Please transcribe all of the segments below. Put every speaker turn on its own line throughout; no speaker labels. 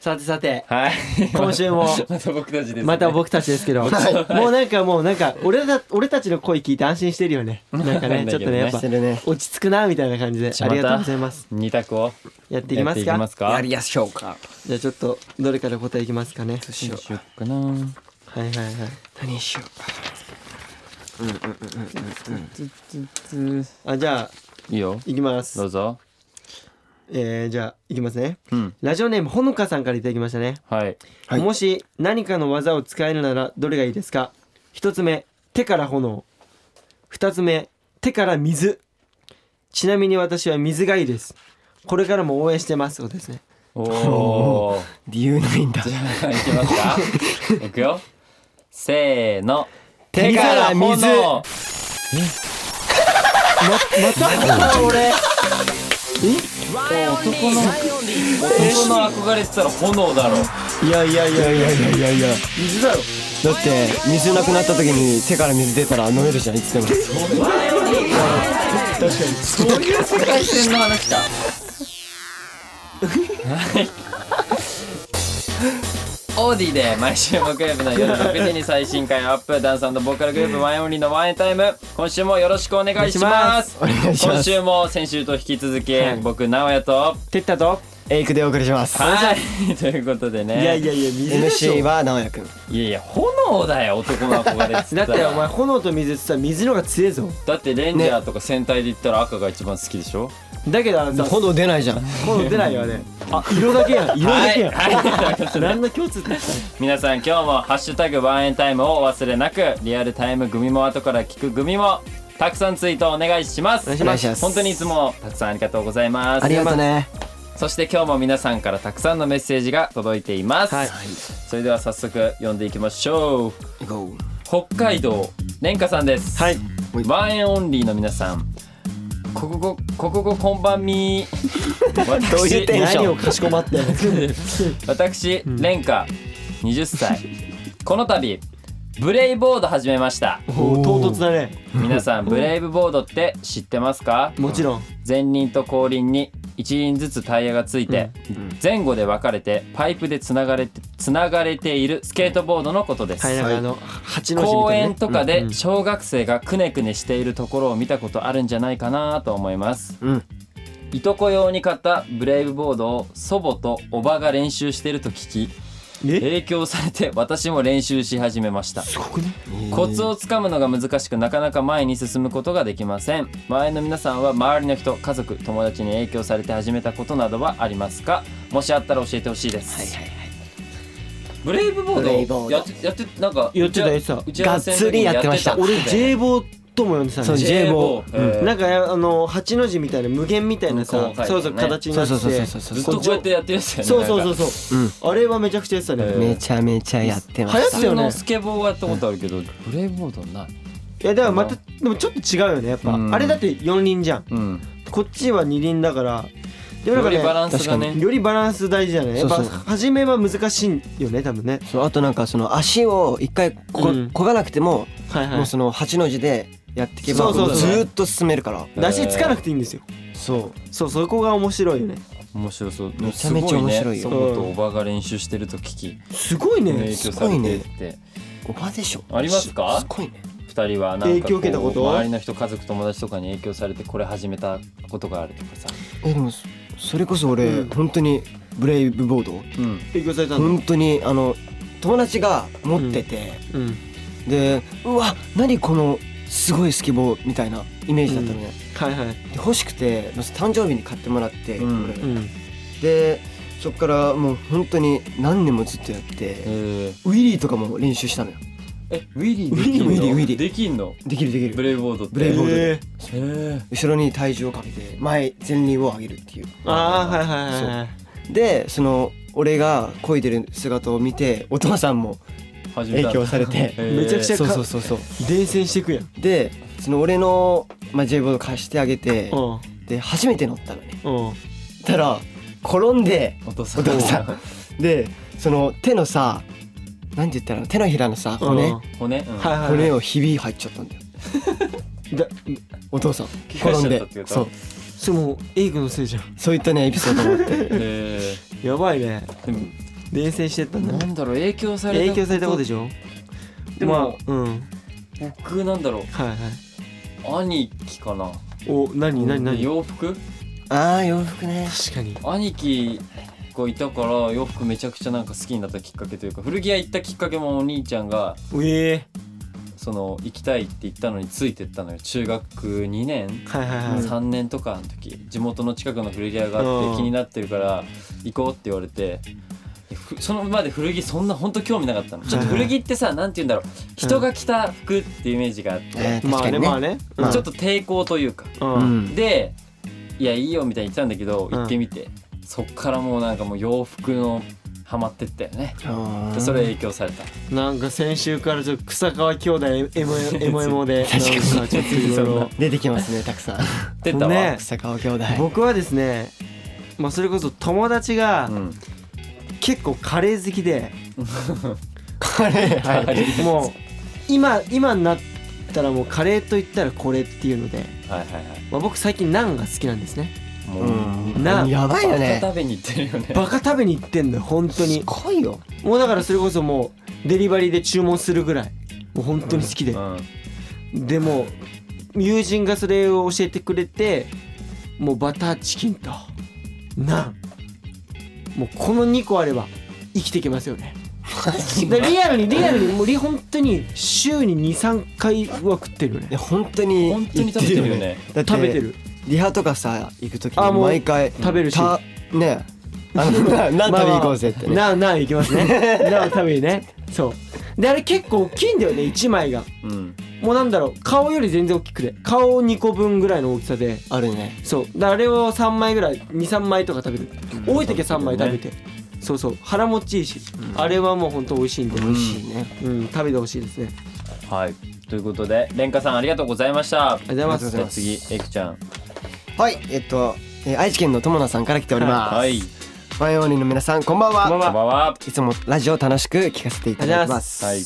さてさて、
はい。
今週も
また僕たちです、ね。
また僕たちですけ ど、もうなんかもうなんか俺だ俺たちの声聞いて安心してるよね。なんか ね、ちょっとねやっぱ
してるね
落ち着くなみたいな感じで
じゃ
あ
あまた
りがとうございます。
二択を
やっていきます
やっていき
か
ま。すか。
やりやしょうか
じゃあちょっとどれから答えいきますかね。
しよう
しよっかな。
はいはいはい。
何しようか
あじゃあ
いいよ。
いきま
ど
す
う。ぞ。
えー、じゃあいきますね。
うん。
ラジオネームほのかさんからいただきましたね。
はい。
はい
もし何かの技を使えるならどれがいいですか一つ目手から炎二つ目手から水ちなみに私は水がいいですこれからも応援してますそうですね
お
お
お。
理由ないんだ
じゃあ行き ますか。いくよ。せーの。
手から水
炎 え男の男の憧れてたら炎だろ
いやいやいやいやいやいやいや
水だろ
だって水なくなった時に手から水出たら飲めるじゃんいつでも
世界線の話だオーディで毎週木曜日の夜6時に最新回アップダンスボーカルグループマイオンリーのワンエンタイム今週もよろしくお願いします
お願いします
今週も先週と引き続き、僕直哉と
てったと
エイクでお送りします
はいということでね
いやいやいや水でし
MC
ょ
は直也くん
いやいや炎だよ男の憧れっつっ
だ
た
っ
ら
てお前炎と水って言ったら水の方が強えぞ
だってレンジャーとか戦隊で言ったら赤が一番好きでしょ、
だけどあのさ
炎出ないじゃん
炎出ないよあれあ色だけやん色だけやん、
はい
何の共通点
皆さん今日も「ハッシュタグワンエンタイム」をお忘れなくリアルタイム組も後から聞く組もたくさんツイートお願いします
お願いします
お願いします
本当にいつもたくさんありがとうございます
ありがとうね
そして今日も皆さんからたくさんのメッセージが届いています、
はい
それでは早速読んでいきましょう
行こ
北海道蓮華さんです
はい
ワンエンオンリーの皆さんこここここここんばん みど
ういうテンション
何をかしこまってんの
私蓮華20歳この度ブレイボード始めました
おー唐突だね
皆さんブレイブボードって知ってますか
もちろん
前輪と後輪に1輪ずつタイヤがついて、前後で分かれてパイプでつながれてつながれているスケートボードのことです、
はいなんかあの八の字み
公
たいなね
園とかで小学生がくねくねしているところを見たことあるんじゃないかなと思います、
うん
いとこ用に買ったブレイブボードを祖母とおばが練習していると聞き
え
影響されて私も練習し始めました
すごくね
コツをつかむのが難しくなかなか前に進むことができません周りの皆さんは周りの人家族友達に影響されて始めたことなどはありますかもしあったら教えてほしいです、
はいはい
ブレイブボ
ブレイ
ー
ブ
ド
ボード
やってやってなんか
やってた
打
やってた
ち打ち合わせの時に
がっつりやってました
やっ
俺
てた
J ボーとも呼んでた
そう
ね
J 棒
棒うん
なんかあの八の字みたいな無限みたいな
向こう
さ
を書いてね
そうそう形になって
そうそう
て
そうそう
ずっとこうやってやってるやつだよね
そうそう
う
そうそうあれはめちゃくちゃやってた
え
ね
ー
めちゃめちゃやってま
流行っ
し
て
た
た
普
よ
通
ね
のスケボーはやったことあるけど、ブレイブボードない
いやだからまたでもちょっと違うよねやっぱ
うん
あれだって四輪じゃん
うん
こっちは二輪だからでも
より
なんか
バランスが
ね
ね
よりバランス大事だねやっぱ
そうそう
初めは難しいよね多分ね
そうあとなんかその足を一回こ
うん
こがなくても
はい
もうその八の字でやっていけ
そ
ば
うそうそう
ずーっと進めるから
出しつかなくていいんですよ
そう
そうそこが面白いよね
面白そう
めちゃめちゃ面白い
す
よ
ごね祖母とおばが練習してると聞き
すごい
影
ね
響されてって
おばでしょ
ありますか
すごいね
二人はなんか
影響受けたこと
こう周りの人家族友達とかに影響されてこれ始めたことがあるとかさ、
えでもそそれこそ俺、
うん
本当にブレイブボード
うん、
影響されたんだ
本当にあの友達が持ってて、
うん
でうわ何このすごいスケボーみたいなイメージだったのね、
はいはい
で欲しくて誕生日に買ってもらって、
うん
俺
うん
でそっからもう本当に何年もずっとやって、
え
ウィリーとかも練習したのよ
えウィリーできんの
ウィリーウィリー
できんの
できるでき
ブ
る
レイブボードって
ブレイブボードで
えー
へえ
後ろに体重をかけて前前輪を上げるっていう
ああはいはいはいはい
でその俺が漕いでる姿を見てお父さんも
始め
影
た
響されて
へ ー
めちゃくちゃ
そうそうそうそう
伝染してくやん
でその俺の、まあ、J ボード貸してあげて
うん
で初めて乗ったのね
うん
たら転んで
お父さん
お父さんでその手のさなんて言ったらいいの手のひらのさ骨、
うん
骨、うん
はいはい
骨
を
をひび入っちゃったんだよ
だ
お父さん
怪我し
転ん
ちゃっ
で
たっていうか
そう
それもうエイクのせいじゃん
そういったねエピソードもあって
へ
やばいね
ーでも
冷静してったんだ
な
ね
んだろう影響された
影響されたことで
し
しょ
でも
まあうんはい
ょ僕なんだろ
はいう
兄貴かな
お何何何
洋服
ああ洋服ね
確かに
兄貴がいたから洋服めちゃくちゃなんか好きになったきっかけというか古着屋行ったきっかけもお兄ちゃんが
ええ
その行きたいって言ったのについてったのよ中学2年
はいはいはい、
3年とかの時地元の近くの古着屋があっ
うん
て気になってるから行こうって言われてふそのまで古着そんな本当興味なかったのちょっと古着ってさなんて言うんだろう人が着た服ってイメージがあって
えー確かにね
まあねま
ま
あ
あ
ね
ちょっと抵抗というか
うん、
う
うん
ん
でいやいいよみたいに言ってたんだけど
うん
行ってみて、そっからもうなんかもう洋服のハマってったよね
あ
で
ー
それ影響された
なんか先週からちょっと草川兄弟エモ エモエモで
確かに
なんかちょっといろいろ
出てきますねたくさん
出たわ、
ね
草川兄弟
僕はですねまあそれこそ友達が
うん、
結構カレー好きで、
カレー
は
はいい
もう今今になったらもうカレーと言ったらこれっていうので、
はいはいはい
まあ、僕最近ナンが好きなんですね
もう、
うん
な
やばいよね
バカ食べに行ってるよね
バカ食べに行ってんのよ本当に
すごいよ
もうだからそれこそもうデリバリーで注文するぐらいもう本当に好きで、
うん
でも友人がそれを教えてくれてもうバターチキンとナンもうこの2個あれば生きていけますよねでリアルにリアルにもうり本当に週に23回は食ってるよね
いや本当に
本当に食べてるよね
だって
食べてる
リハとかさ行く時
あ
に
もう
毎回
食べるした
ねあのな何食べに行こうぜってね
まあまあなあなあ行きます ねなあ食べにねそうであれ結構大きいんだよね1枚が
うん
もうなんだろう顔より全然大きくて顔2個分ぐらいの大きさで
あるね
そうだからあれを3枚ぐらい23枚とか食べる
うん
多い時は3枚食べて、そうそう腹持ちいいし、あれはもうほんと美味しいんで、
美味しいね
うん、食べてほしいですね
はいということでレンカさんありがとうございました
ありがとうござい
じゃあ
ます
次エクちゃん
はいえっとえー愛知県の友野さんから来ております
はい
ワインオンリーの皆さんこんばんは
こんばんはい
つもラジオ楽しく聞かせていただきます
はい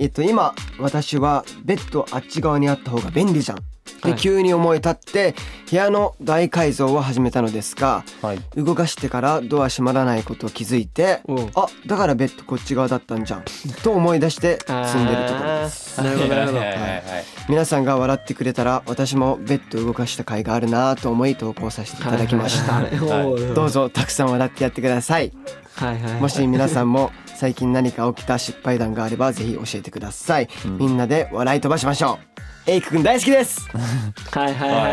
えっと今私はベッドあっち側にあった方が便利じゃん
は
で
い
急に思い立って部屋の大改造を始めたのですが
はい
動かしてからドア閉まらないことを気づいて
おう
あだからベッドこっち側だったんじゃんと思い出して住んでるところです
すなるほどなるほど
はいはいはいはい
皆さんが笑ってくれたら私もベッド動かした甲斐があるなぁと思い投稿させていただきました
はい
ど
ぞ
うぞたくさん笑ってやってください
はいはい
もし皆さんも最近何か起きた失敗談があればぜひ教えてください、
ん
みんなで笑い飛ばしましょうエイクくん大好きです
はいはいはいはい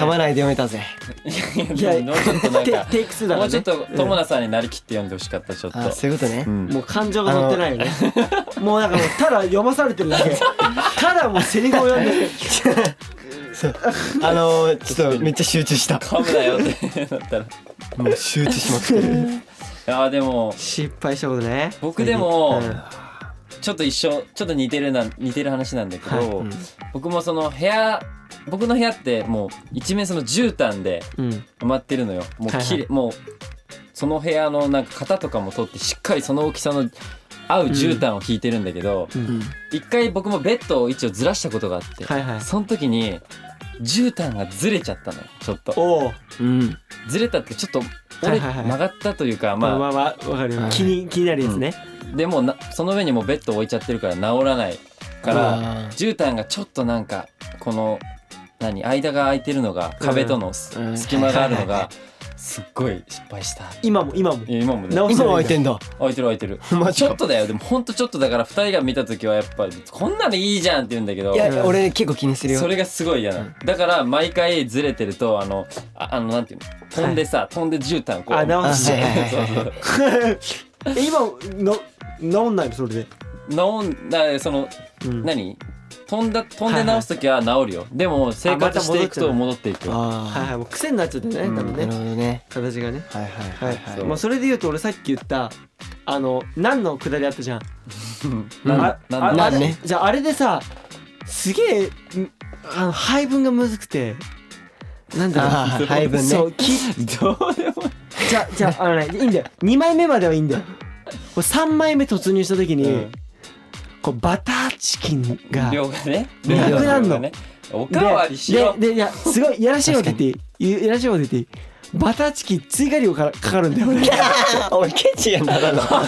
噛まないで読めたぜ
いやもうちょっとなん
テ
か
テイク2だ
も
から、ね、
うちょっと友田さんになりきって読んでほしかったちょっと
あそういうことね、
うん
もう感情が乗ってないよ ね。もうなんかもうただ読まされてるだけ。ただもうセリフを読んでる。
あのー、ちょっとめっちゃ集中した
噛むなよってなったら
もう集中しまくってる
いやーでも
失敗したことね。
僕でも
うん
ちょっと一緒ちょっと似てるな似てる話なんだけど、
はい
ん
僕もその部屋僕の部屋ってもう一面その絨毯で
うん。
埋まってるのよもう
はいはい
きれ、もうその部屋のなんか型とかも取ってしっかりその大きさの合う絨毯を引いてるんだけど
う
うん
ん。
一、回僕もベッドを位置をずらしたことがあって、
はいはい。
その時に絨毯がずれちゃったのよちょっと
おお。
うん
ずれたってちょっと
は
折れ
いはいはい
曲がったというか
ま
ま
あ
あ
まあまあわかるよ
は。い
気に気になるやつね。
でもなその上にもうベッド置いちゃってるから治らないから
ら
絨毯がちょっとなんかこの何間が空いてるのが壁とのす、
うん
隙間があるの
はいはい
がすっごい失敗した。
今も今も。
いや今もね
直
今置いてんだ
空いてる空いてる
マジ
ち
か
ょっとだよでもほんとちょっとだから2人が見た時はやっぱりこんなのいいじゃんって言うんだけど
いや俺結構気にするよ
それがすごい嫌なのだから毎回ずれてるとあのああのなんていうの飛んでさ、飛んで絨毯こう
あ
あは
直
い
し
はい
て。
はいはい
え今の直んないのそれで。
直んだその
うん。
何飛んだ飛んで直す時は治るよ、でも生活していくと
あま
戻っていく
はい
あ
はいもう癖になっちゃってね多
ー
分
なる
ね
ほどね
形がね。
はいはいは
はいい
は。
そう
まあそれで言うと俺さっき言ったあの何のくだりあったじゃん。
なんだ
あ
なんだ
ああれ
なんね
じゃああれでさすげえんあの配分がむずくてなんだろう
あー配分ね
そうき
どうでも
じゃじゃあのねいいんだよ2枚目まではいいんだよこれ3枚目突入した時に、
うん
こうバターチキンが
量がね
ね
量
な
が
くなんの
ねおかわりしろ
でででいやすごいいやらしいこと言っていいいやらしいこと言っていいバターチキン追加料からかかるんだよ俺
おいケチやんだだの
そ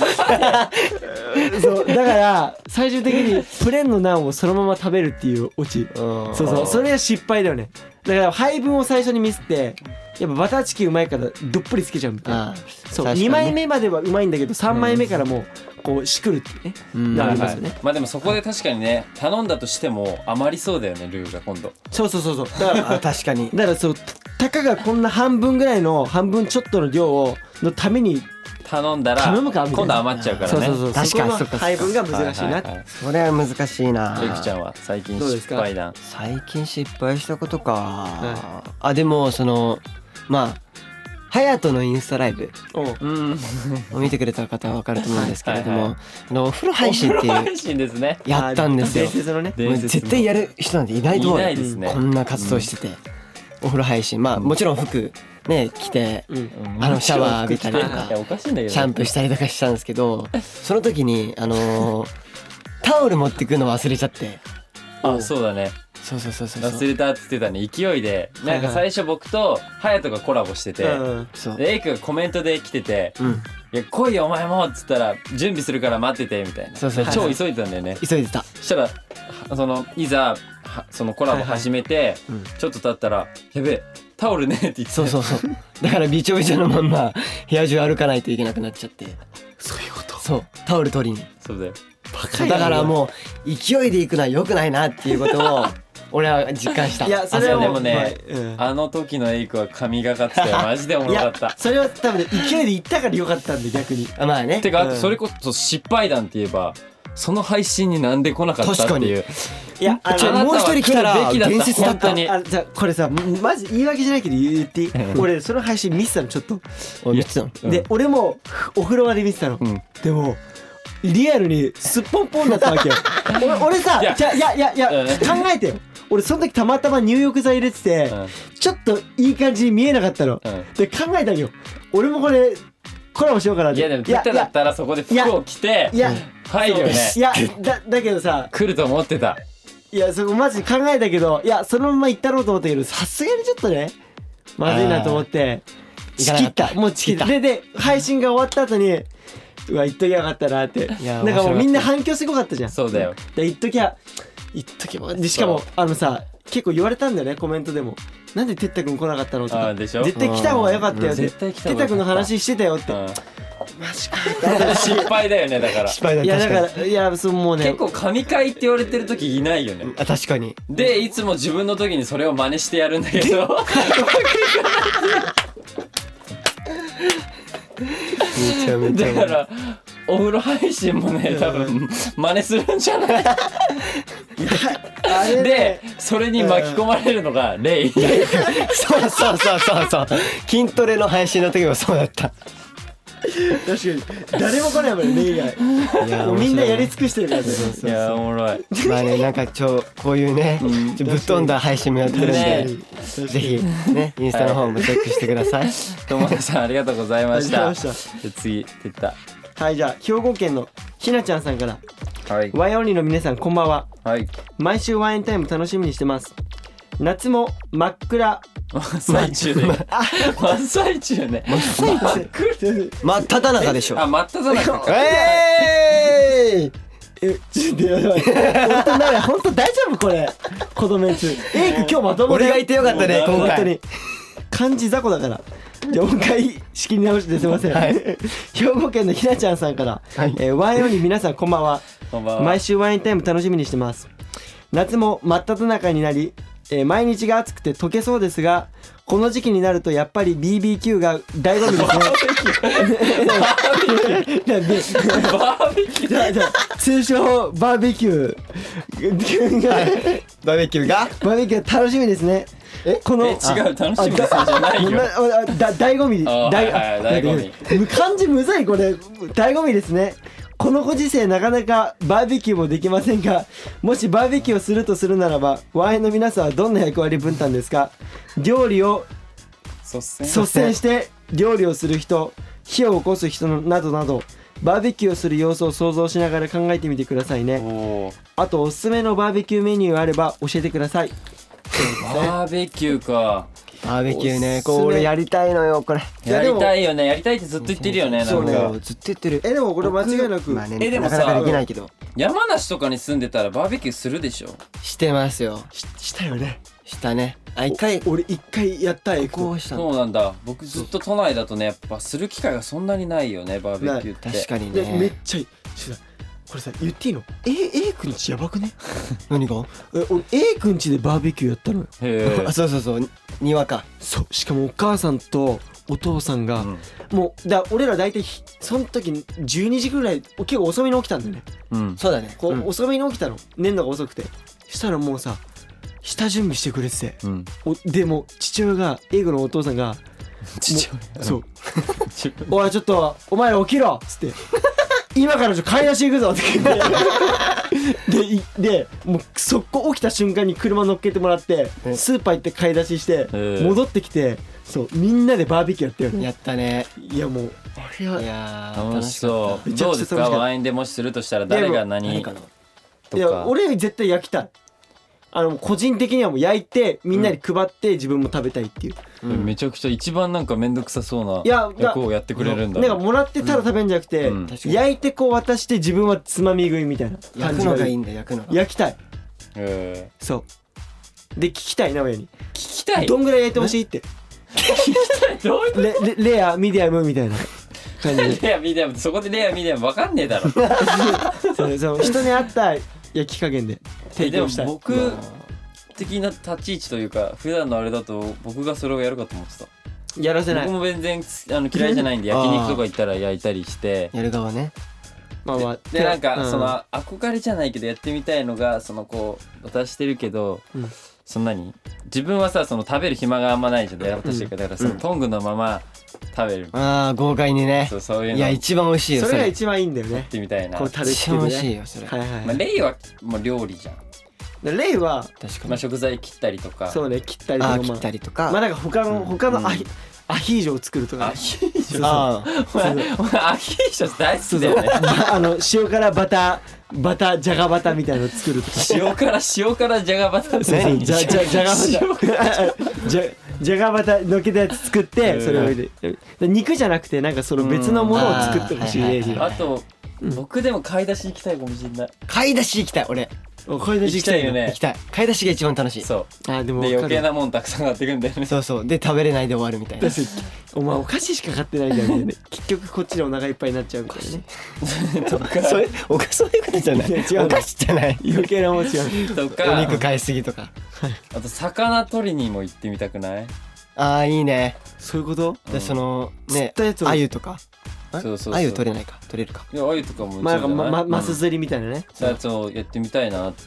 うだから最終的にプレーンのナンをそのまま食べるっていうオチ
うん
そうそうそれは失敗だよねだから配分を最初にミスってやっぱバターチキンうまいからどっぷりつけちゃうみたいな
あ
そう、
確かにね
2枚目まではうまいんだけど3枚目からもうこうしくるっていうね、
うん
な
は
り
い
ま
は
すよね
い、まあでもそこで確かにね頼んだとしても余りそうだよねルーが今度
そうそうそうそうだから
あ確かに
だからそうたたかがこんな半分ぐらいの半分ちょっとの量をのために
頼んだら
頼むかみたいな
今度余っちゃうからね
そうそうそう
確かに
そこの配分が難しいな、
はいはいはい
それは難しいな
ゆきちゃんは最近
どうです
失
か
敗談
最近失敗したことか、
は
あでもそのまあ隼人のインスタライブ
おう
うん
を見てくれた方は分かると思うんですけれども
はいはい
あのお風呂 配信っていう
配信ですね
やったんですよ
あー伝説のね
もう絶対
や
やる人なんていないと思うよ
いないですね
こんな活動してて、お風呂配信まあもちろん服ね着て
うん
あのシャワー浴びたりとか
いやおかしいんだけど
シャンプー
ー
したりとかしたんですけどその時にあのータオル持ってくの忘れちゃって
あそうだね
そうそうそうそうそ
忘
う
れたって言ってたね勢いで
はい
なんか最初僕と隼人がコラボしてて、
うん
そう
でエイクがコメントで来てて
うん
「いや来いよお前も」っつったら「準備するから待ってて」みたいな
そうそう
で
はいは
超
い
急いでたんだよね
急いでた
そしたらはそのいざはそのコラボ始めて、
うん
ちょっと経ったら「やべえタオルね」って言って
そうそうそうだからびちょびちょのまんま部屋中歩かないといけなくなっちゃって
そういうこと
そうタオル取りに
そうだよ
バ
そうだから
う
もう勢いで行くのは良くないなっていうことを俺は実感した
いやそれは
あそうでもね
うまいうん
あの時のエイクは神がかってたよマジでおも
い
ろかっ
や
た
それは多分ね勢いで行ったからよかったんで逆に
あまあね
てかあ
う
と
ん
それこそ失敗談って言えばその配信になんで来なかったっていう
いやあ
ちょ
あなた
の
は
もう一人来たら
来るべきだった
伝説だった
本当に
あじゃあこれさマジ言い訳じゃないけど言っていい俺その配信見てたのちょっと
おい見てたの
うん
で俺もお風呂場で見てたの
うん
でもリアルにすっぽんぽんだったわけよ 俺俺さ
いや
じゃあいやいやいや
うん
考えてよ俺その時たまたま入浴剤入れてて
うん
ちょっといい感じに見えなかったの
うん
で考えたのよ俺もこれコラボしようかなっ
い
て
やでも出ただったらそこで服を着て
いやいや
入るよね
いやだだけどさ
来ると思ってた
いやそこマジ考えたけどいやそのまま行ったろうと思ったけどさすがにちょっとねまずいなと思って
ー
ちきっ
行かなかったた
もうちきった
チ
でで配信が終わった後にうわ行っときゃよかったなって
いや
なんかもう
面白かった
みんな反響すごかったじゃん
そうだよ
で行っときゃ行っときゃでしかも
そ
あのさ結構言われたんだよねコメントでもなんでてったくん来なかったのと
あ
か
ーでしょ
絶対来た方がよかったよ
う
っ
ん
て
絶対来た
て
方が
った
よ
く
かった
んの話してたよって
うん
マジか
失敗だよねだから
失敗だ
いや
確
だ
か
か
に
らいやそうもうね
結構神回って言われてる時いないよね
あ確か に
でいつも自分の時にそれを真似してやるんだけど
めちゃめちゃ
だからお風呂配信もね多分真似するんじゃない
あれね
でそれに巻き込まれるのがレイ
そうそうそうそうそう筋トレの配信の時もそうだった
確かに誰も来ないもんね以外
いや
もうみんなやり尽くしてるからね
いやおもろい
まあねなんかちょこういうね、
うん
ちょぶっ飛んだ配信もやってるんで、
ね
ぜひ ねインスタの方もチェックしてください、
友田さんありがとうございました
ありがとうございま
で次てった
はいじゃあ兵庫県のひなちゃんさんから
はい
ワイオンリーの皆さんこんばんは
はい
毎週ワインタイム楽しみにしてます夏も真っ暗
真っ最中で真っ最中ね真っ暗
真っ只中でしょ
あ真っ只中か
え
えちょっとやばい本当な本当大丈夫これ子供やつエイク今日まともだ
ー、俺
よ
がいてよかったね今
本当
回
に漢字雑魚だからじゃあもう一回仕切り直してすいません、 兵庫県のひなちゃんさんから、
はい
えーワインオンリー皆さんこんばんは
こんばんは
毎週ワインタイム楽しみにしてます夏も真っ只中になり、えー毎日が暑くて溶けそうですがこの時期になるとやっぱり BBQ が醍醐味ですね なんで
バーベキュー
じゃあじゃあ通称バーベキューが
バーベキューが
バーベキュー楽しみですねえこの
え違う楽しみですじゃないよ
あなあだ醍醐味
あ
だい
はいはい醍醐
味漢字むずいこれ醍醐味ですねこのご時世なかなかバーベキューもできませんがもしバーベキューをするとするならばワインの皆さんはどんな役割分担ですか料理を
率先
率先して料理をする人火を起こす人などなどバーベキューをする様子を想像しながら考えてみてくださいね
おー
あとおすすめのバーベキューメニューあれば教えてください
バーベキューか
バーベキューねこ
おすす
う
め
俺やりたいのよこれ
いや
や
で
り
も
たいよねやりたいってずっと言ってるよねな
そ
ん
うね
か
もうずっと言ってる
えでもこれ間違いなく、
まあね
えでも
な
さ
かなかできないけど
山梨とかに住んでたらバーベキューするでしょ
してますよ
ししたよね
したねあ一回
お俺一回やったエク
こ
ト
うした
そ
の
うなんだ僕ずっと都内だとねやっぱする機会がそんなにないよねバーベキューって
確かに
でめっ
ね
ちゃいいちょっとこれさ言っていいの A, A 君ちやばくね
何が
え俺 A 君ちでバーベキューやったのよ
へ え
あそうそうそうににわか
そうしかもお母さんとお父さんが、もうだ俺ら大体ひその時12時ぐらい結構遅めに起きたんだよね
うん
そうだね
こう、
うん
遅めに起きたの年度が遅くてしたらもうさ下準備してくれてて
うん
おでも父親が英語のお父さんが
父
「
親
そう
父親
おいちょっとお前ら起きろ」っつって「今からちょっと買い出し行くぞ」って言ってでいでもう速攻起きた瞬間に車乗っけてもらって
え
スーパー行って買い出しして
え
戻ってきてそうみんなでバーベキューやったよね
やったね
いやもうあれはい
やー
楽し
か
そ
っ
う
めちゃ
ど
くちゃ楽しかっ
う
た
ですかワインでもしするとしたら誰が
た
何
何か
と
な
いや
か
俺より絶対焼きたいあの個人的にはもう焼いてみんなに配って自分も食べたいっていう、
うん
めちゃくちゃ一番なんか面倒くさそうない
やが
役をやってくれるんだ
なんかもらってたら食べるんじゃなくて、
うん
確かに
焼いてこう渡して自分はつまみ食いみたいな
焼
感
く
じ
の
が
が
い
いい
い
んだ焼くのが
焼きたい
へ
そうで聞きたい名古屋に
ー聞きたい
どんぐらい焼いてほしいって
どういう
レレレアミディアムみたいな感じ
レアミディアムそこでレアミディアムわかんねえ だろ
でそのその人に合った焼き加減で提
でも
供したい
僕的な立ち位置というか普段のあれだと僕がそれをやるかと思ってた
やらせない
僕も全然あの嫌いじゃないんで
あー
焼肉とか行ったら焼いたりして
やる側ね
まあまあ
でなんか
うん
その憧れじゃないけどやってみたいのがそのこう渡してるけど、
うん
そんなに自分はさその食べる暇があんまないじゃんで渡してるからだからそのトングのまま食べる、
あー豪快にね
そうそういうの
いや
やっ
一番美味しいよ
そ
そ
れが
れ
一番いいんだよね
てみたいな、
こう
ま
食べ
一番美味しいよそれ
はいはい、
あ、レイはもう料理じゃ
で
ん、
レイは
確か
まあ、
に
食材切ったりとか
そうね切ったりと
あ
か
ー切ったりとか
まあなんか他の、他のアヒ,、アヒージョを作るとか
ア
ね、
ヒージョ
あー
お前お前アヒージョ大好きだよね
あの塩辛バターバターじゃがバターみたいのを作るとか
塩辛塩辛じゃがバター
そうじゃじゃじゃが
塩
バターじゃじゃがバターのっけたやつ作ってそれを入れる肉じゃなくてなんかその別のものを作ってほしい
うんあー
レイジ
あ
は
と僕でも買い出し行きたいかもしれない
買い出し行きたい俺
お買い出し行きたい
行きたいよ
よ
ね
ね
行きたい買い出しが一番楽しい
そ
あーで
う
も
で
分か
余計
る
なもんたくさん買ってくんだよね
そうそうで食べれないで終わるみたいな
確かにお前お菓子しか買ってないんだよね結局こっちでお腹いっぱいになっちゃうみたいなね
とか
そういうおかそういうことじゃない
いや違うの
お菓子じゃない
余計なもん違う
と
お
か
肉買いすぎとか
あと魚取りにも行ってみたくない
ああいいね
そういうこと
う
で
ん
その
釣っ
ね
たやつを
アユとか
そうそうそう
アユ取れないか取れるか
いやあゆとかも
まあなんかまま
ま
マス釣りみたいなね
そうやつをやってみたいなって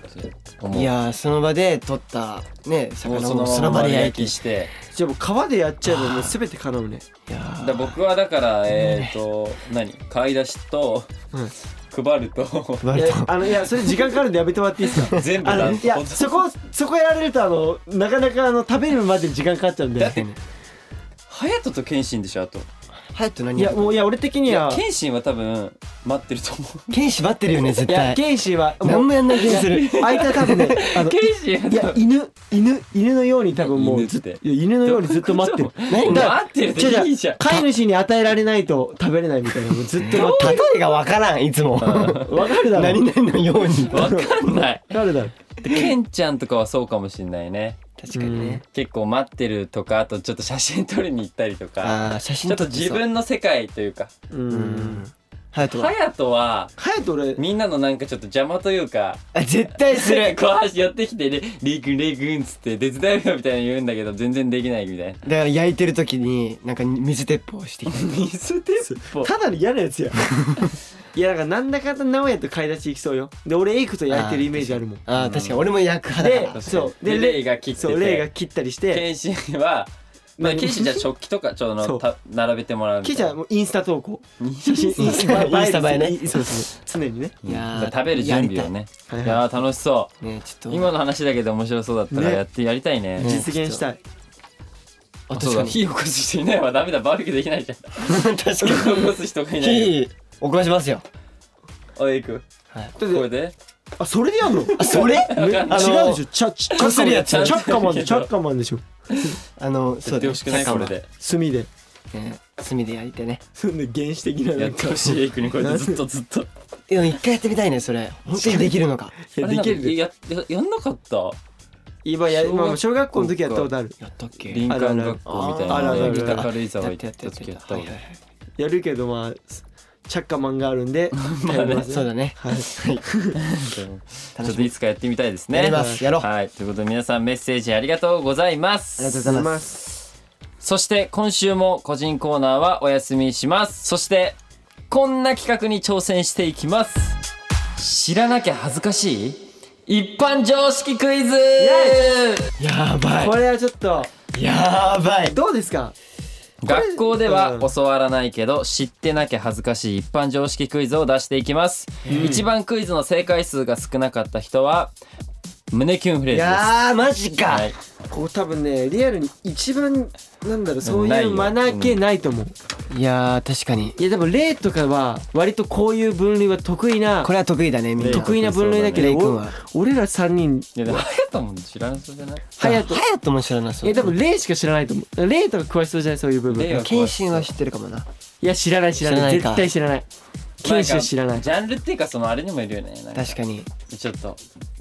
思う
いやーその場で取ったね
もう
魚
そ
をそ
の
の
ま
場
ま
で
焼
焼
き
き
して
じゃあもう川でやっちゃえばもう全て叶うね
いやー
だ僕はだからえっと何買い出しと
うん
配ると
配
い
る
や
と
あのいやそれ時間かかるんでやめてもらっていいですか
全部
あ
だ
のいやそこそこやられるとあのなかなかあの食べるまでに時間かかっちゃうん
だ
で
って隼人と謙信でしょあと
隼人
い
何
や
やる
もういや俺的
い
に
や
は
謙信は多分待ってると思
剣縛ってるよね絶
いや
対
剣士はも
何
う
もやんない気がする
相手は多分ねあ
う
の
謙信
いや犬犬犬のように多分も
犬
う
って
ずっといや犬のようにずっと待 ってる
何
だ
待ってる
じゃ
でいいじゃん
飼い主に与えられないと食べれないみたいなもうずっと
例
待
えがわからんいつも
ってわかるだろ
何々のように
わかんない
わかるだろ
でケンちゃんとかはそうかもしんないね
確かにね
結構待ってるとかあとちょっと写真撮りに行ったりとか
あー写
ちょ
真
っと
って
自分の世界というか
う
うんん隼人は
隼
隼人は
人俺
みんなのなんかちょっと邪魔というか
あ絶対する
こう足寄ってきて、ね「レイ君レイ君」っつって「手伝うよ」みたいな言うんだけど全然できないみたいな
だから焼いてる時になんか水鉄砲してきた
水鉄砲
ただの嫌なやつやいやだからなんだかんだ直哉と買い出し行きそうよで俺エイクと焼いてるイメージあるもん
あー 確かに俺も焼く派だか
で
ら
そう
で
で
レイが切ってて
そうレイが切ったりして
謙信はまあ謙信じゃあ食器とかちょう
そ
ど
う
た並べてもらうみ
ケイ
た
ち
い
ゃ
なん
もうインスタ投稿
写
イン
スタインスタ映えね
そうそう常にね
いやー
食べる準備をねい
はいはい
やー楽しそう
ねちょっと
今の話だけで面白そうだったら
ね
やってやりたいね
ね
実現したい
あ
そうだ
確かに
火起こす人いないわダメだバーベキューできないじゃん
確かに
火起こす人がいない
火起こしますよ
おい行く
はい
だっ
こ
て
れで
あそれでやんの
あそれ
違うでしょチャチャッカマン
こするやつ
チャッカマンでチャッカマンでしょ
あのそ
やって
うだ
ほ
ね
しくない
サッ
こ
カー
れ
は
で
炭で
ね炭で焼いてね
そんで原始的なな
や
ん
っ
か
てほしいエイクにこうやってずっとずっと
いや一回やってみたいねそれ本当にできるのか
いやできるで
やややんなかった
今や、
小学校
まあ、小学校の時やったことある
やったっけ
林間学校みたいな
あるあ
の
る
で
ある
北軽井沢
や
行
っ
った
やった
た
やった
時
や
やっ
っ
たたわ
はいはいはい
やるけどまあすチャッカマンがあるんで
まあね
やります
そうだね
はい
ちょ
楽
っ
し
とい
み
つかやってみたいですね
やりますやろうあ
はいということで皆さんメッセージありがとうございます
りがとうございます
す
そして今週も個人コーナーはお休みしますそしてこんな企画に挑戦していきます知らなきゃ恥ずかしい一般常識クイズ
やば
これはちょっと
いやばい
どうですか
学校では
うん
教わらないけど知ってなきゃ恥ずかしい一般常識クイズを出していきます、一番クイズの正解数が少なかった人は胸キュンフレー
い
ズです
やーマジか、
はい、
ここ多分ねリアルに一番なんだろうそう
ない
い
よ
うマナー系ないと思う、
いやー確かに
いやでも例とかは割とこういう分類は得意な
これは得意だねみんな
得
得意な分類だけど
レイ君は
お俺ら3人
いやでも隼人も知らなそうじゃない
ハヤ
隼
ト
人隼人も知らなそう
えでも例しか知らないと思う例とか詳しそうじゃないそういう部分
例は
謙信は知ってるかもない
や知らない知らない
知らないか
絶対知らない剣士は知らない
ジャンルっていうかそのあれにもいるよねなんか
確かに
ちょっと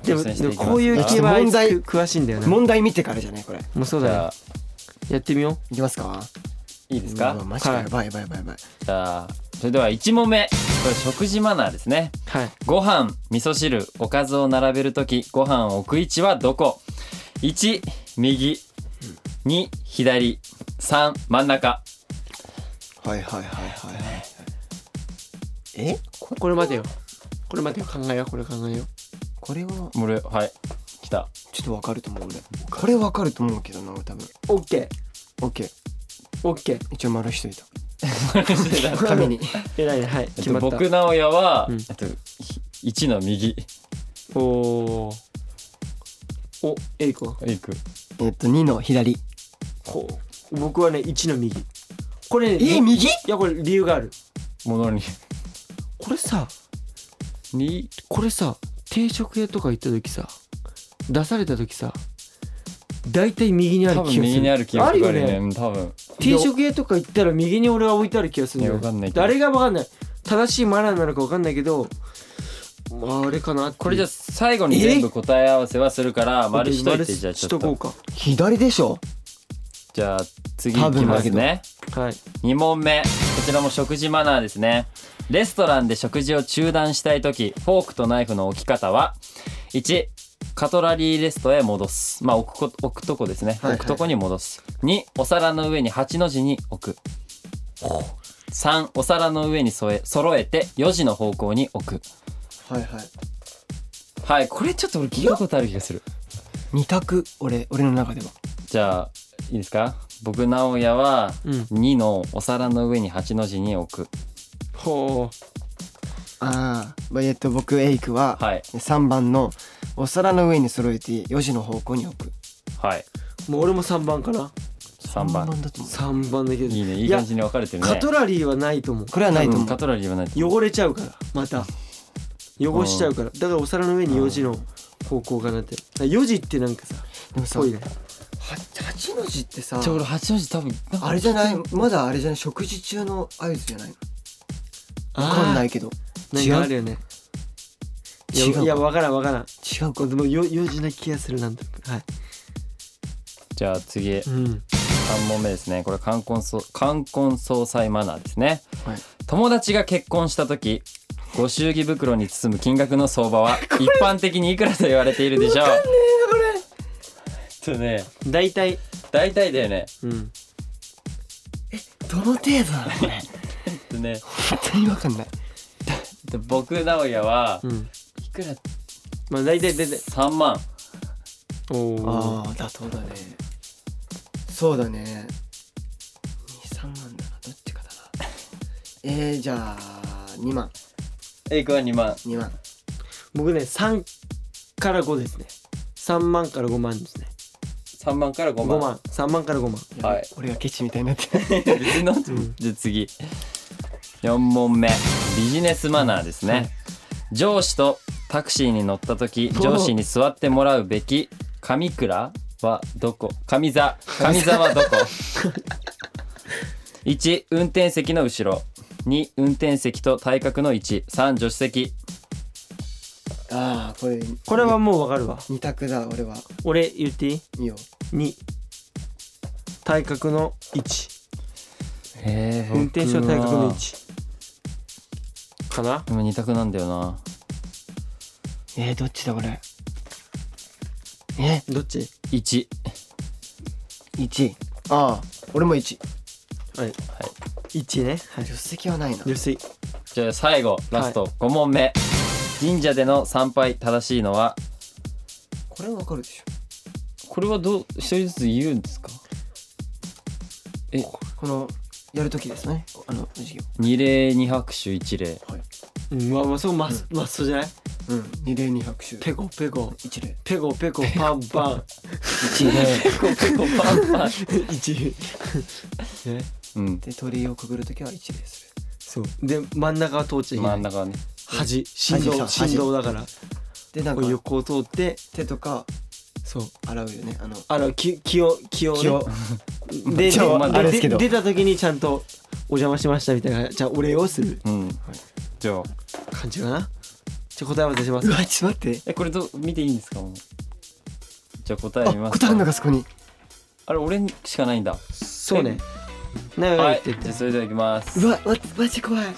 でも
挑戦し
でも
ていきます
こういう系はあいつ
問題
詳しいんだよなも
問題見てからじゃないこれ
うそう
じ
だ
ゃ
よ
あ
やってみよ
いきますか
いいですか、
うわマジか
はい
やばいやばいやばいやばい
じゃあそれでは1問目これ食事マナーですね
うはい
ご飯味噌汁おかずを並べるときご飯を置く位置はどこ1右2左3真ん中
はいはいはいはいはいえ
これ待てよこれ待てよ考えようこれ考えよう
これは
俺はい 来た
ちょっとわかると思う俺これわかると思うけどな俺多分
オッケ
OK
ーオッケー
一応丸しといた紙に
偉いねはい
えっ
決
と
まった
僕直哉は、
うん
えっと1の右
おーおエリコは
行く
えっと2の左
こう僕はね1の右これね
え
い
右
やこれ理由がある
ものに
これさ
2
これさ定食屋とか行った時さ出された時さ大体右にある
多
気がす
分
る
右にある記憶があるよ
あ
ね
よ
うん多分
定食屋とか行ったら右に俺は置いてある気がする
いやわかんないけど
誰がわかんない正しいマナーなのかわかんないけどまああれかな
これじゃあ
ゃ
最後に全部答え合わせはするから丸しといてじゃあち
し
ょっ
とことうか
左でしょ
じゃあ次いきます
多分
ね
だ
はい
2問目こちらも食事マナーですねレストランで食事を中断したい時フォークとナイフの置き方は1カトラリーレストへ戻すまあ置くこ置くとこですね、
はいはい
置くとこに戻す2お皿の上に8の字に置く3お皿の上に添え揃えて4時の方向に置く
はいはい
はいこれちょっと俺聞いたことある気がする
二択俺俺の中では
じゃあいいですか僕直哉は
うん
2のお皿の上に8の字に置く
ほう
ああえっと僕エイクは
はい
3番のお皿の上に揃えて4時の方向に置く
はい
もう俺も3番かな
3番
だと思う
3番だけど
いいねいい
や
感じに分かれてるね
カトラリーはないと思う
これはないと思
カ
う
トラリーはない
汚れちゃうからまた汚しちゃうからだからお皿の上に4時の方向かなってだから4時ってなんかさ
でもさ
ぽいね
8の字ってさ
じゃあ俺八の字多分なんか
あれじゃないまだあれじゃない食事中の合図じゃないのわかんないけど
あー
違
なんかあ
う
るよねいや
違う
いや
か
わからんわからん
違うか
でもよ4時な気がするなんとなくはい
じゃあ次
うん
三問目ですねこれ冠婚葬冠婚葬祭マナーですね、
はい
友達が結婚した時ご祝儀袋に包む金額の相場は一般的にいくらと言われているでしょうわかんねえこれちょっとね
大体
大体だよね
うん
どの程度なのこれ
えっとね
本当にわかんない
で僕直哉は
うん
いくら
まあ大体出て
3万
おお
ああ妥当だねそうだね23万だなどっちかだな えー、じゃあ2万
エイクは2万
2万
僕ね3から5ですね3万から5万ですね
3万から5
5
万
万3万から5万
やば
はい
俺がケチみたいになって
別になんてじゃあ次4問目ビジネスマナーですね上司とタクシーに乗った時上司に座ってもらうべき紙倉はどこ上座上座はどこ1運転席の後ろ2運転席と対角の13助手席
ああこれ
これはもうわかるわ
二択だ俺は
俺言っていい
いいよ
?2 体格の1
え
運転手の体格の1かな
今二択なんだよな
えー、どっちだこれえ
どっち
1
1ああ俺も1
はい、はい、1ねはい
助手席はないな
女性
じゃあ最後ラスト5問目、神社での参拝正しいのは
これはわかるでしょ
これはどう一人ずつ言うんですかえ
このやるときですねあの授業
二礼二拍手一礼
うんまあまあそうマスマストじゃない
うん二礼二拍手
ペコペコ
一礼
ペコペコパンパ ン
一礼
ペコペコパンパン
1 ね
うん
で鳥居をくぐるときは一礼する
そうで真ん中は通っちゃいけな
真
い
ん中はね
端振動
端
振動だから
でなん
こ
か
う横を通って
手とか
そう
洗うよねあの
あのき気を気をね
気を
でで
一応まああれですけど
出た時にちゃんとお邪魔しましたみたいなじゃあお礼をする
うんじゃあ
感じかなじゃあ答え合わせします
うわちょっと待って
えこれどう見ていいんですかもうじゃあ答え
あ
見ま
こ
す
とあんの
か
かそこに
あれ俺しかないんだ
そうね長
はいい
って言
じ
って
ゃあそれではいきます
うわ待ってマジ怖い
はい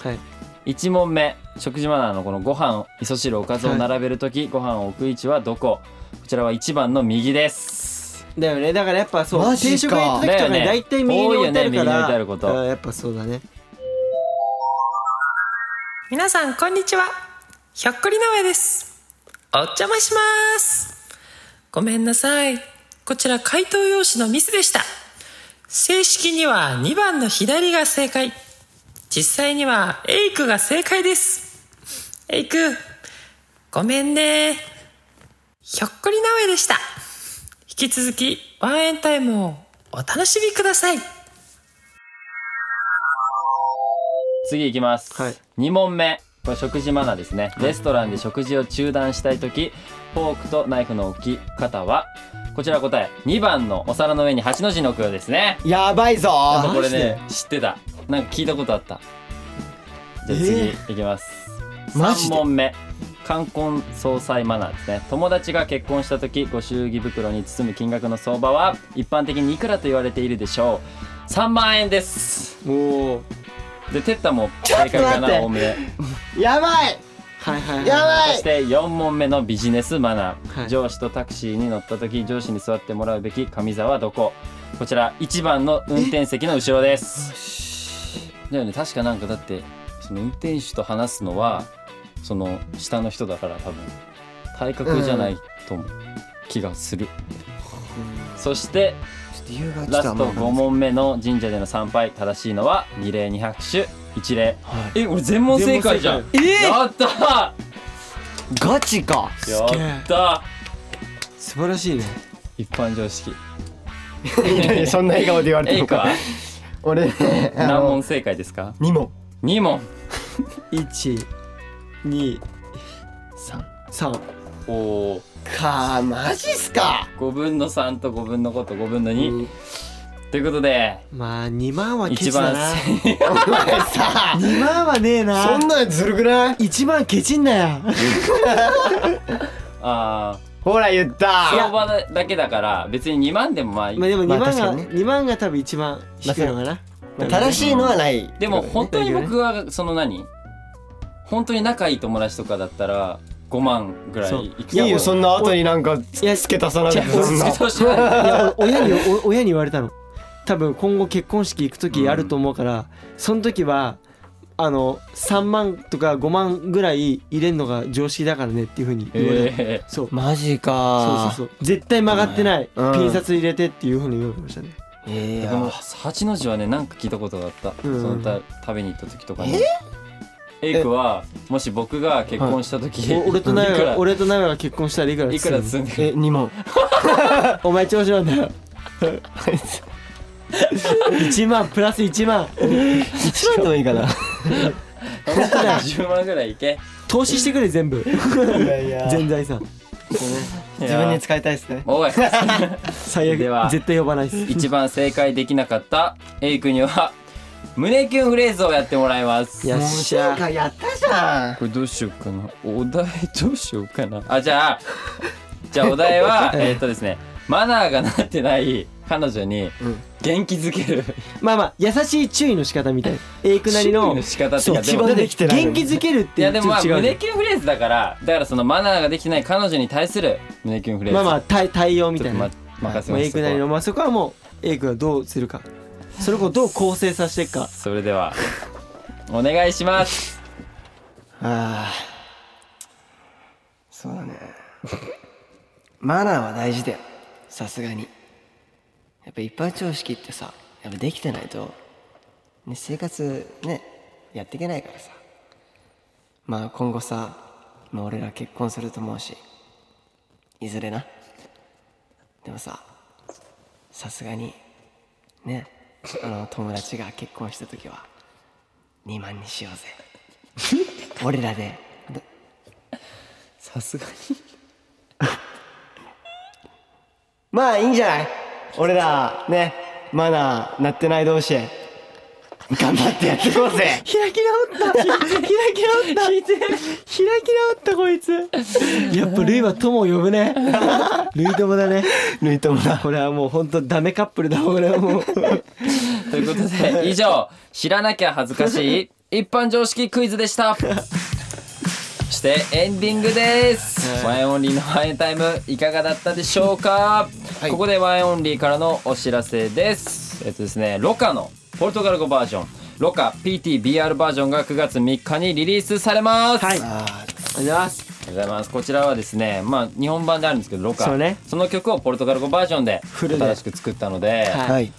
1問目食事マナーのこのご飯味噌汁おかずを並べるとき、ご飯を置く位置はどここちらは1番の右です
だよねだからやっぱそう
マジか
定食行った時とかに
だよね
大体右に置いてあるか
多いよね右に置いてあ
ら
ること
あーやっぱそうだね
皆さんこんにちはひょっこりの上ですお邪魔しますごめんなさいこちら回答用紙のミスでした正式には2番の左が正解実際にはエイクが正解ですエイクごめんねひょっこりの上でした引き続きワンエンタイムをお楽しみください
次いきます、
はい
2問目これ食事マナーですねレストランで食事を中断したいときフォークとナイフの置き方はこちら答え2番のお皿の上に8の字の置くようですね
やばいぞ
やっぱこれ
マジ
ね知ってたなんか聞いたことあったじゃあ
え
次いきます、
マジ
3
で
問目冠婚葬祭マナーですね友達が結婚した時ご祝儀袋に包む金額の相場は一般的にいくらと言われているでしょう3万円です
おお
でテッタも正解か
ちょっと待っ
な
て
多めで
やばい
はいはいはい
やば
そして4問目のビジネスマナー、
はい
上司とタクシーに乗った時上司に座ってもらうべき上座はどここちら1番の運転席の後ろですだよね確かなんかだってその運転手と話すのはその下の人だから多分体格じゃないと思う、気がするそして
ちょっと理由がちょ
ラ
っとあ
ス
んま
ト
わかん
5
ない
問目の神社での参拝正しいのは二礼二拍手一礼
は
え俺全問正解じゃん
全
やったー
ガチか
やった
素晴らしいね
一般常識
そんな笑顔で言われ
エ
て
イ
も
クは
俺ねあ
何問
の
正解ですか
2問
2問
123
おお
かあマジっすか
5分の3と5分の5と5分の2、ということで
まあ2万はケ
一
チだな
番正
お前さ
2万はねえな
そんなんずるくない
1万ケチんなよ
あ
ほら言っ
あ
た
相場だけだから別に2万でもまあいい
まあでも2万
まあ
が、
確かにね
2万が多分一番低いのかな、
正しいのはない
でも本当に僕はその何本当に仲いい友達とかだったら5万ぐら
そう
いいく
いいよそんな後
俺
になんか
いや
付け足さなくて
違う
そんない
年はい
やお親にお親に言われたの多分今後結婚式行く時あると思うから、その時はあの3万とか5万ぐらい入れるのが常識だからねっていうふうに言われた、
え
そうそう
マジ
そう
か
そう絶対曲がってない、
うん
ピン札入れてっていうふうに言われましたね
うえ
えでも八の字はねなんか聞いたことがあった、
うん
そのた食べに行った時とかにエイクはもし僕が結婚した時、
お俺と
い
奈
く
良が
ら
俺と奈良が結婚したらいくら
いくら積んでる
え2問
お前調子なんだよ1万プラス1万
1問でもいいかな
10万ぐらいいけ
投資してくれ全部
いやいや
全財産
自分に使いたいですね
おい
最
では
悪絶対呼ばないです
一番正解できなかった A 君には胸キュンフレーズをやってもらいます
よっしゃ
かやったじゃん
これどうしようかなお題どうしようかなあじゃあじゃあお題は
ええ
えーっとですねマナーがなってない彼女に
うん
元気づける
まあまあ優しい注意の仕方みたいな A くなり
注意
の
の仕方って
そ
い
う
うかで
一
も
番
できてないの
元
に
気づけるって
いやでもまあ
ちょっと違
胸
う
キュンフレーズだからだからそのマナーができてない彼女に対する胸キュンフレーズ
まあまあ対対応み
ちょったと
いな
ま任せ
ま
ま
あ、
す
A 君なりのまあそこはもう A 君がどうするかそれをこうどう構成させていくか
それではお願いします
ああそうだねマナーは大事だよさすがにやっぱ一般常識ってさやっぱできてないと、ね、生活ねやっていけないからさまあ今後さもう俺ら結婚すると思うしいずれなでもささすがにねあの友達が結婚した時は2万にしようぜ俺らで
さすがに
まあいいんじゃない俺らねマナーなってない同士頑張ってやっていこうぜ
開き直った開き直った開き直ったこいつやっぱルイは友を呼ぶ ねルイ友だね
ルイ友だ
これはもう本当ダメカップルだ俺は もう
というこ とで以上知らなきゃ恥ずかしい一般常識クイズでしたそしてエンディングですワンエンオンリーのワンエンタイムいかがだったでしょうか、ここでワンエンオンリーからのお知らせですえっとですねロカのポルトガル語バージョンロカ PTBR バージョンが9月3日にリリースされます、
はい
ありが
ありがとうございます
とうございますこちらはですねまあ日本版であるんですけどロカ
そうね
の曲をポルトガル語バージョンで
フルで
新しく作ったので
はい
い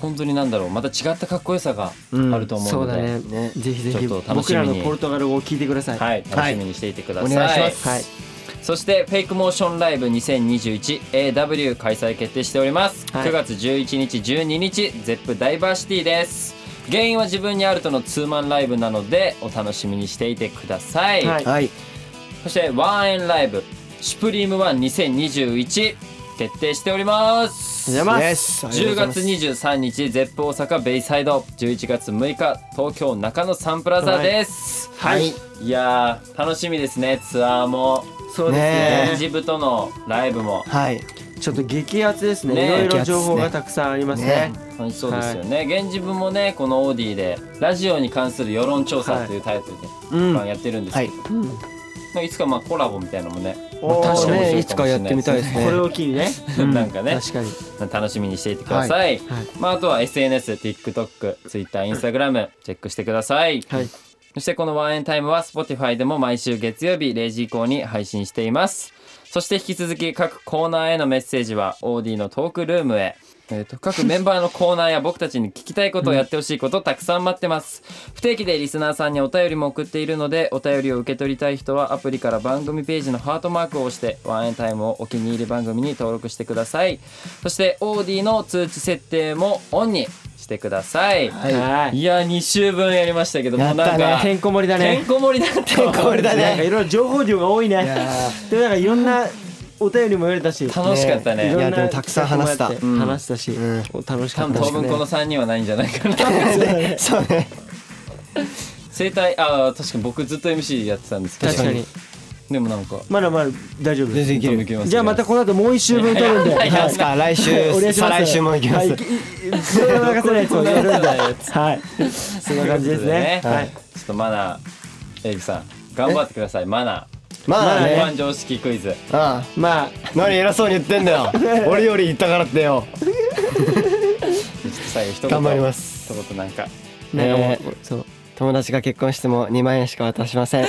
本当になんだろうまた違ったかっこよさが
うん
あると思
そうう
の
だ
で、
ね
ね
ぜひぜひ
ちょっと楽し
僕
み
ら
に
のポルトガル語を聞いてください
はい楽しみにしていてください、
お願いします
はい
そしてフェイクモーションライブ 2021AW 開催決定しております、
はい
9月11日12日 ZEP ダイバーシティです原因は自分にあるとのツーマンライブなのでお楽しみにしていてください、
はい
はい
そしてワンエンライブシュプリームワン2021決定しておりま
あ
す
りがとうございます
す
10月23日ゼップ大阪ベイサイド11月6日東京中野サンプラザです
はいはい
いやー楽しみですねツアーも
そうです
ね
ね
ジブとのライブも
はい
ちょっと激アツですね
ね
いろい
激
ろ
アツですね
情報がたくさんありますね
ね
楽しそうですよね、現ジブもねこのオーディでラジオに関する世論調査というタイトルで
うん
まあやってるんです
は
け
い
ど、いつかまあコラボみたいなのもね
おー
確かに
ねいつかやってみたいですね
これを機にね
なんかね
確かに
楽しみにしていてくださ
は
い、
い
まあ、あとは SNSTikTokTwitterInstagram チェックしてください、
はい
そしてこのワンエンタイムは Spotify でも毎週月曜日0時以降に配信しています。そして引き続き各コーナーへのメッセージは OD のトークルームへ。えーと各メンバーのコーナーや僕たちに聞きたいことをやってほしいことたくさん待ってます不定期でリスナーさんにお便りも送っているのでお便りを受け取りたい人はアプリから番組ページのハートマークを押してワンエンタイムをお気に入り番組に登録してくださいそして OD の通知設定もオンにしてください、
い
はい
いや2週分やりましたけども
や
う
ったね
なんか
てんこ盛りだ
てん
ね
こ盛りだっててん
こ盛りだね
なんかいろいろ情報量が多いね
ー
でもなんかいろんなお便りも読れたし
楽しかった
い
ね
ろんない
やでもたくさん話した
企
うん
画もあって話したし
うん
楽し
多
かっ
分
たで
当
すね
分この3人はないんじゃないかな
そうね
生体あー確かに僕ずっと MC やってたんですけど
確かに
でもなんか
まだまだ大丈夫で
全
す
然いけ
い
る
けます
じゃあまたこの後もう一週分取るんで
いや
はい
いやいや
ますか来週
お願いしま
再
す
来週も行きま
はい
す
いいそれは流せないやつをやるんではいそんな感じですね
ということで
は
ね
い
ちょっとマナーエイクさん頑張ってくださいマナ
まあ
ー一
ね
般常識クイズ
ああ
まあ
何偉そうに言ってん だよ俺より言ったからってよ
最後一言
頑張ります
一言なんか
なんかも
ね
うそう
友達が結婚しても2万円しか渡しません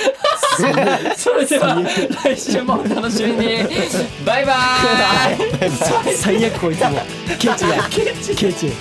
それでは来週もお楽しみにバイバーイ
最悪こいつもケチだケチケチ